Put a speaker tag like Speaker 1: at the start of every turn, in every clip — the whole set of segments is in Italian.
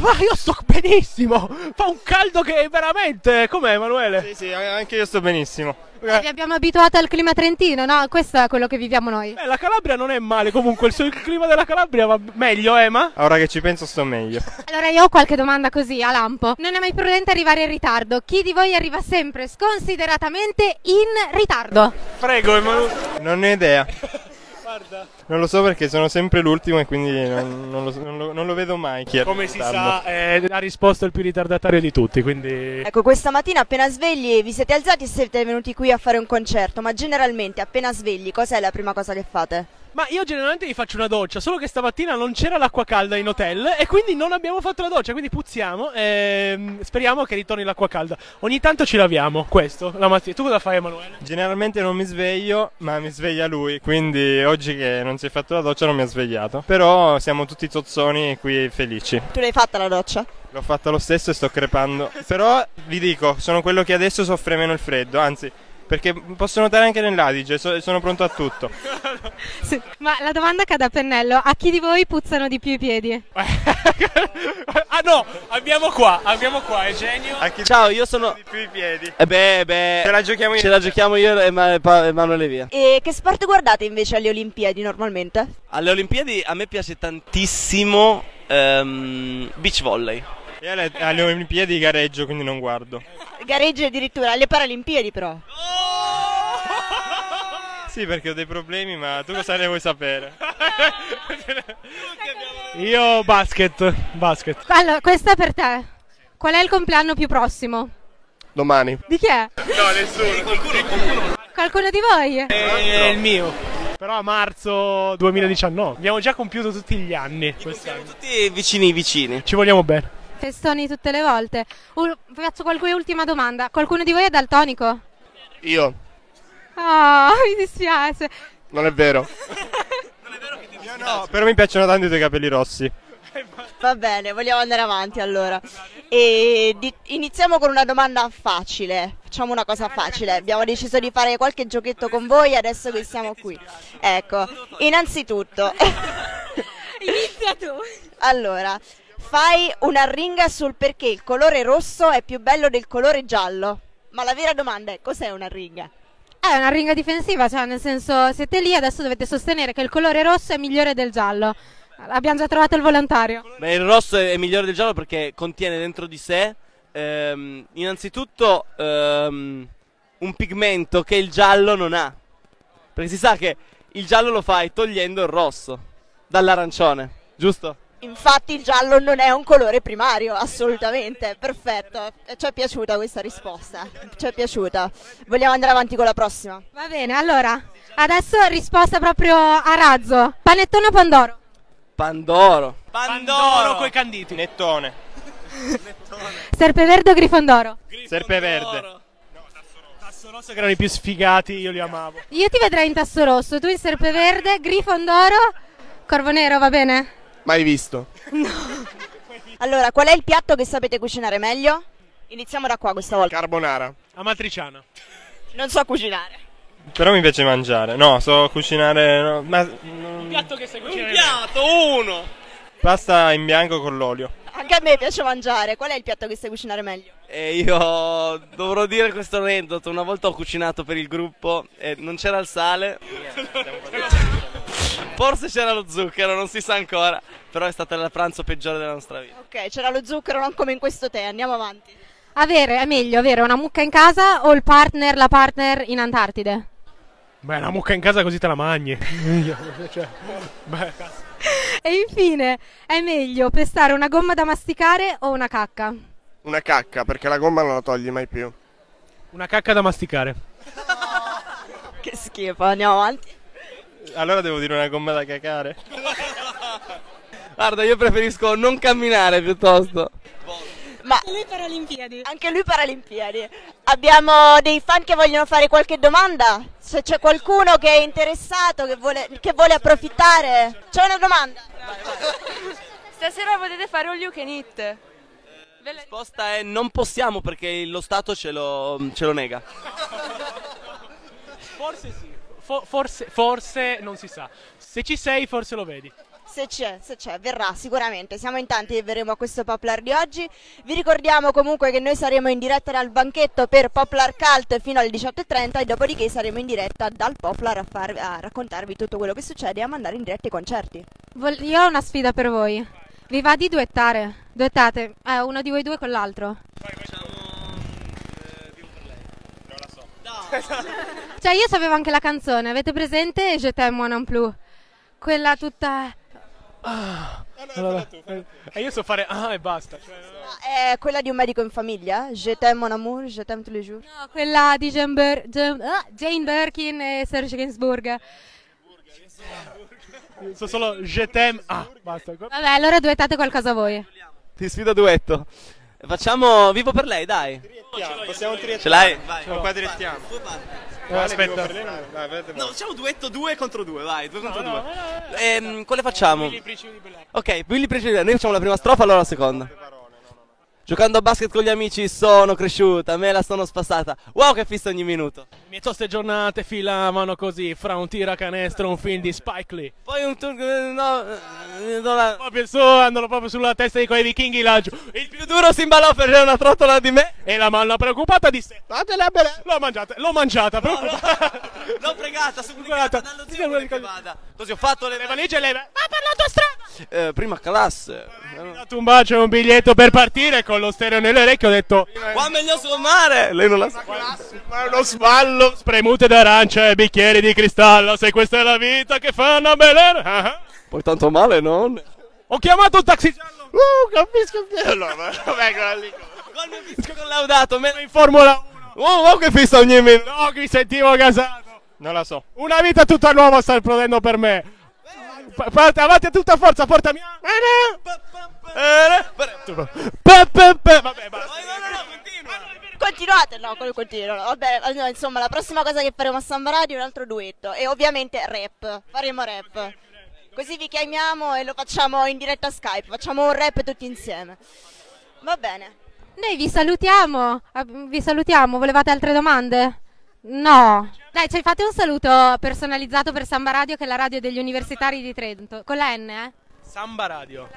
Speaker 1: ma io sto benissimo. Fa un caldo che è veramente. Com'è, Emanuele?
Speaker 2: Sì, sì, anche io sto benissimo.
Speaker 1: Eh.
Speaker 3: Vi abbiamo abituato al clima trentino, no? Questo è quello che viviamo noi.
Speaker 1: Eh, la Calabria non è male comunque. Il, suo- il clima della Calabria va meglio, eh, ma.
Speaker 2: Ora che ci penso sto meglio.
Speaker 3: Allora io ho qualche domanda così a lampo. Non è mai prudente arrivare in ritardo. Chi di voi arriva sempre sconsideratamente in ritardo?
Speaker 1: Prego, Emanuele.
Speaker 2: Non ne ho idea. Guarda. Non lo so perché sono sempre l'ultimo e quindi non, non lo, so- non lo- non lo vedo mai chi è
Speaker 1: Come si
Speaker 2: tardo.
Speaker 1: sa, eh, ha risposto il più ritardatario di tutti, quindi...
Speaker 4: Ecco, questa mattina appena svegli vi siete alzati e siete venuti qui a fare un concerto, ma generalmente appena svegli cos'è la prima cosa che fate?
Speaker 1: Ma io generalmente gli faccio una doccia, solo che stamattina non c'era l'acqua calda in hotel e quindi non abbiamo fatto la doccia, quindi puzziamo e speriamo che ritorni l'acqua calda. Ogni tanto ci laviamo, questo, la mattina. Tu cosa fai Emanuele?
Speaker 2: Generalmente non mi sveglio, ma mi sveglia lui, quindi oggi che non si è fatto la doccia non mi ha svegliato. Però siamo tutti tozzoni e qui felici.
Speaker 4: Tu l'hai fatta la doccia?
Speaker 2: L'ho fatta lo stesso e sto crepando. Però vi dico, sono quello che adesso soffre meno il freddo, anzi, perché posso notare anche nell'Adige, so- sono pronto a tutto.
Speaker 3: Sì. Ma la domanda cade a pennello. A chi di voi puzzano di più i piedi?
Speaker 1: ah no, abbiamo qua, abbiamo qua, Eugenio.
Speaker 2: A chi
Speaker 5: Ciao, io sono.
Speaker 2: di più i piedi?
Speaker 5: Eh beh, beh.
Speaker 2: Ce la giochiamo io.
Speaker 5: Ce la giochiamo io e Ma- Pa- Emanuele Via.
Speaker 4: E che sport guardate invece alle Olimpiadi normalmente?
Speaker 5: Alle Olimpiadi a me piace tantissimo ehm, beach volley.
Speaker 2: Io alle, alle Olimpiadi gareggio, quindi non guardo.
Speaker 4: Gareggi addirittura alle Paralimpiadi però.
Speaker 2: Sì, perché ho dei problemi, ma tu cosa ne vuoi sapere?
Speaker 1: Io basket, basket.
Speaker 3: Allora, questa è per te. Qual è il compleanno più prossimo?
Speaker 5: Domani.
Speaker 3: Di chi è?
Speaker 2: No, nessuno.
Speaker 3: Qualcuno di voi?
Speaker 1: È il mio. Però a marzo 2019. Abbiamo già compiuto tutti gli anni quest'anno.
Speaker 5: Tutti vicini vicini.
Speaker 1: Ci vogliamo bene.
Speaker 3: Festoni tutte le volte. Un- faccio qualche ultima domanda. Qualcuno di voi è daltonico?
Speaker 5: Io.
Speaker 3: Ah, mi dispiace.
Speaker 5: Non è vero.
Speaker 2: No, però mi piacciono tanto i tuoi capelli rossi.
Speaker 4: Va bene, vogliamo andare avanti allora. E di- iniziamo con una domanda facile. Facciamo una cosa facile. Abbiamo deciso di fare qualche giochetto con voi adesso che siamo qui. Ecco, innanzitutto,
Speaker 3: Inizia tu.
Speaker 4: allora, fai una ringa sul perché il colore rosso è più bello del colore giallo. Ma la vera domanda è cos'è una ringa?
Speaker 3: È una ringa difensiva, cioè nel senso siete lì adesso dovete sostenere che il colore rosso è migliore del giallo. Abbiamo già trovato il volontario.
Speaker 5: Beh, il rosso è migliore del giallo perché contiene dentro di sé ehm, innanzitutto ehm, un pigmento che il giallo non ha. Perché si sa che il giallo lo fai togliendo il rosso dall'arancione, giusto?
Speaker 4: Infatti il giallo non è un colore primario, assolutamente, perfetto. Ci è piaciuta questa risposta, ci è piaciuta. Vogliamo andare avanti con la prossima.
Speaker 3: Va bene, allora, adesso risposta proprio a razzo. Panettone o Pandoro?
Speaker 5: Pandoro.
Speaker 1: Pandoro coi canditi.
Speaker 2: Nettone,
Speaker 3: Serpeverde o Grifondoro?
Speaker 2: serpe verde.
Speaker 1: Tasso rosso che erano i più sfigati, io li amavo.
Speaker 3: Io ti vedrei in tasso rosso, tu in serpeverde, Grifondoro, Corvo Nero, va bene?
Speaker 5: Mai visto.
Speaker 4: Allora, qual è il piatto che sapete cucinare meglio? Iniziamo da qua questa volta.
Speaker 5: Carbonara.
Speaker 1: Amatriciana.
Speaker 4: Non so cucinare.
Speaker 2: Però mi piace mangiare. No, so cucinare. no, ma mm,
Speaker 1: piatto che stai cucinando.
Speaker 5: uno.
Speaker 2: pasta in bianco con l'olio.
Speaker 4: Anche a me piace mangiare. Qual è il piatto che sai cucinare meglio?
Speaker 5: E io dovrò dire questo aneddoto. Una volta ho cucinato per il gruppo e non c'era il sale. Forse c'era lo zucchero, non si sa ancora. Però è stata la pranzo peggiore della nostra vita.
Speaker 4: Ok, c'era lo zucchero, non come in questo tè. Andiamo avanti.
Speaker 3: Avere, è meglio avere una mucca in casa o il partner, la partner in Antartide?
Speaker 1: Beh, la mucca in casa così te la magni. Cioè.
Speaker 3: E infine, è meglio pestare una gomma da masticare o una cacca?
Speaker 6: Una cacca, perché la gomma non la togli mai più.
Speaker 1: Una cacca da masticare.
Speaker 4: Che schifo, andiamo avanti.
Speaker 2: Allora devo dire una gomma da cacare.
Speaker 5: Guarda, io preferisco non camminare piuttosto.
Speaker 4: Ma
Speaker 3: Le Paralimpiadi.
Speaker 4: anche lui Paralimpiadi. Abbiamo dei fan che vogliono fare qualche domanda? Se c'è qualcuno che è interessato, che vuole, che vuole approfittare. C'è una domanda?
Speaker 7: Stasera potete fare un you can eat.
Speaker 5: La risposta è non possiamo perché lo Stato ce lo, ce lo nega.
Speaker 1: Forse sì. Fo- forse, forse non si sa. Se ci sei, forse lo vedi.
Speaker 4: Se c'è, se c'è, verrà sicuramente. Siamo in tanti e verremo a questo Poplar di oggi. Vi ricordiamo comunque che noi saremo in diretta dal banchetto per Poplar Cult fino alle 18.30 e dopodiché saremo in diretta dal Poplar a, far- a raccontarvi tutto quello che succede e a mandare in diretta i concerti.
Speaker 3: Vol- io ho una sfida per voi. Vi va di duettare? Duettate, eh, uno di voi due con l'altro. Cioè, io sapevo anche la canzone, avete presente Je t'aime moi non plus? Quella tutta.
Speaker 1: Allora, e io so fare ah e basta. Cioè,
Speaker 4: Ma è quella di un medico in famiglia? Je t'aime mon amour, je t'aime tous les jours.
Speaker 3: No, quella di Jane, Bur- Jane- ah, Jane Birkin e Serge Gainsbourg.
Speaker 1: so solo je t'aime ah basta.
Speaker 3: Vabbè, allora duettate qualcosa voi.
Speaker 5: Ti sfido a duetto. Facciamo vivo per lei, dai.
Speaker 2: Possiamo triettare.
Speaker 5: Ce l'hai? Vai.
Speaker 2: Siamo qua triettiamo.
Speaker 1: Eh, aspetta.
Speaker 5: No, facciamo duetto 2 contro 2, vai, 2 contro 2. Ehm, quale facciamo? Ok, Billy Precedente, noi facciamo la prima strofa, allora la seconda. Giocando a basket con gli amici sono cresciuta, me la sono spassata. Wow che fissa ogni minuto.
Speaker 1: Le toste giornate filavano così fra un tiracanestro e un film di Spike Lee.
Speaker 5: Poi un turno... No, eh, non la-
Speaker 1: Proprio il suo andano proprio sulla testa di quei vichinghi laggiù.
Speaker 5: Il più duro si imbalò per una trottola di me.
Speaker 1: E la manna preoccupata disse: Datela bene. L'ho mangiata, l'ho mangiata, preoccupata.
Speaker 5: L'ho pregata, supplicata
Speaker 1: Guarda,
Speaker 5: dallo
Speaker 1: ti
Speaker 5: zio
Speaker 1: devo
Speaker 5: che vada. Così ho fatto le
Speaker 1: Le valigie
Speaker 5: valigie.
Speaker 1: e lei va per l'autostrada.
Speaker 5: Eh, prima classe. Eh,
Speaker 1: Mi ha dato un bacio e un biglietto per partire con lo stereo nell'orecchio. Ho detto:
Speaker 5: Qua meglio sommare. Lei non la sa.
Speaker 1: Ma è uno sballo. Spremute d'arancia e bicchieri di cristallo. Se questa è la vita che fanno a Belen. Ah ah.
Speaker 5: Poi tanto male, non?
Speaker 1: Ho chiamato un taxi giallo.
Speaker 6: Uh, capisco più. Allora, vabbè, quella lì.
Speaker 5: Gol mio fischio collaudato. Me...
Speaker 1: in Formula 1.
Speaker 5: Wow, wow che fissa ogni minuto.
Speaker 1: No, mi sentivo gasato.
Speaker 2: Non la so.
Speaker 1: Una vita tutta nuova sta esplodendo per me. Pa- parte avanti a tutta forza, portami a. Pa- pa- pa- Vabbè, basta.
Speaker 4: Continuate, no, quello continua. Vabbè, allora, insomma, la prossima cosa che faremo a Samba Radio è un altro duetto e ovviamente rap. Faremo rap. Così vi chiamiamo e lo facciamo in diretta Skype, facciamo un rap tutti insieme. Va bene.
Speaker 3: Noi vi salutiamo. ah, Vi salutiamo. Volevate altre domande? No. Dai, ci fate un saluto personalizzato per Samba Radio, che è la radio degli universitari di Trento. Con la N, eh?
Speaker 1: Samba Radio.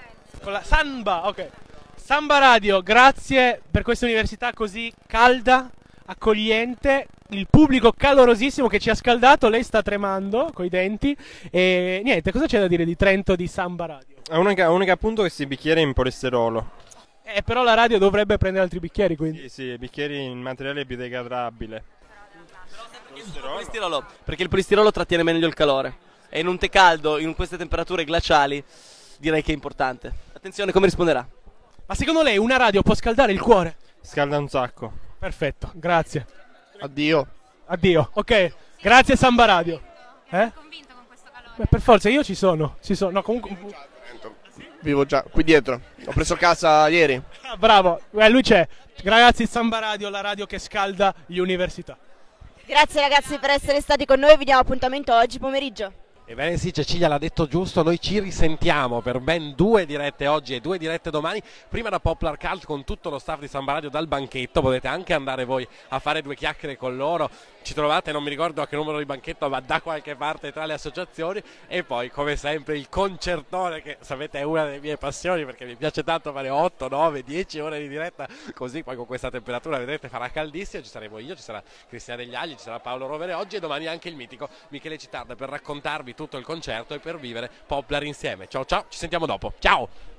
Speaker 1: Con la Samba, ok. Samba Radio, grazie per questa università così calda, accogliente, il pubblico calorosissimo che ci ha scaldato, lei sta tremando coi denti e niente, cosa c'è da dire di Trento di Samba Radio?
Speaker 2: È unica, unica appunto che si bicchiere in polesterolo.
Speaker 1: Eh, però la radio dovrebbe prendere altri bicchieri, quindi.
Speaker 2: Sì, sì, bicchieri in materiale biodegradabile.
Speaker 5: Polistirolo, perché il polistirolo trattiene meglio il calore. E in un tè caldo, in queste temperature glaciali, direi che è importante. Attenzione come risponderà.
Speaker 1: Ma secondo lei una radio può scaldare il cuore?
Speaker 2: Scalda un sacco.
Speaker 1: Perfetto, grazie.
Speaker 6: Addio.
Speaker 1: Addio. Ok, grazie Samba Radio. Eh?
Speaker 3: Convinto con questo calore.
Speaker 1: Beh, per forza, io ci sono. Ci sono. No, comunque.
Speaker 6: Vivo già qui dietro. Ho preso casa ieri.
Speaker 1: Ah, bravo, eh, lui c'è. Ragazzi, Samba Radio, la radio che scalda l'università.
Speaker 4: Grazie ragazzi per essere stati con noi, vi diamo appuntamento oggi pomeriggio.
Speaker 8: Ebbene sì, Cecilia l'ha detto giusto, noi ci risentiamo per ben due dirette oggi e due dirette domani, prima da Poplar Cult con tutto lo staff di Samba Radio dal banchetto, potete anche andare voi a fare due chiacchiere con loro, ci trovate, non mi ricordo a che numero di banchetto, ma da qualche parte tra le associazioni e poi come sempre il concertone che sapete è una delle mie passioni perché mi piace tanto fare 8, 9, 10 ore di diretta, così poi con questa temperatura vedrete farà caldissimo, ci saremo io, ci sarà Cristiano Degli ci sarà Paolo Rovere oggi e domani anche il mitico Michele Citarda per raccontarvi tutto il concerto e per vivere Poplar insieme. Ciao ciao, ci sentiamo dopo. Ciao!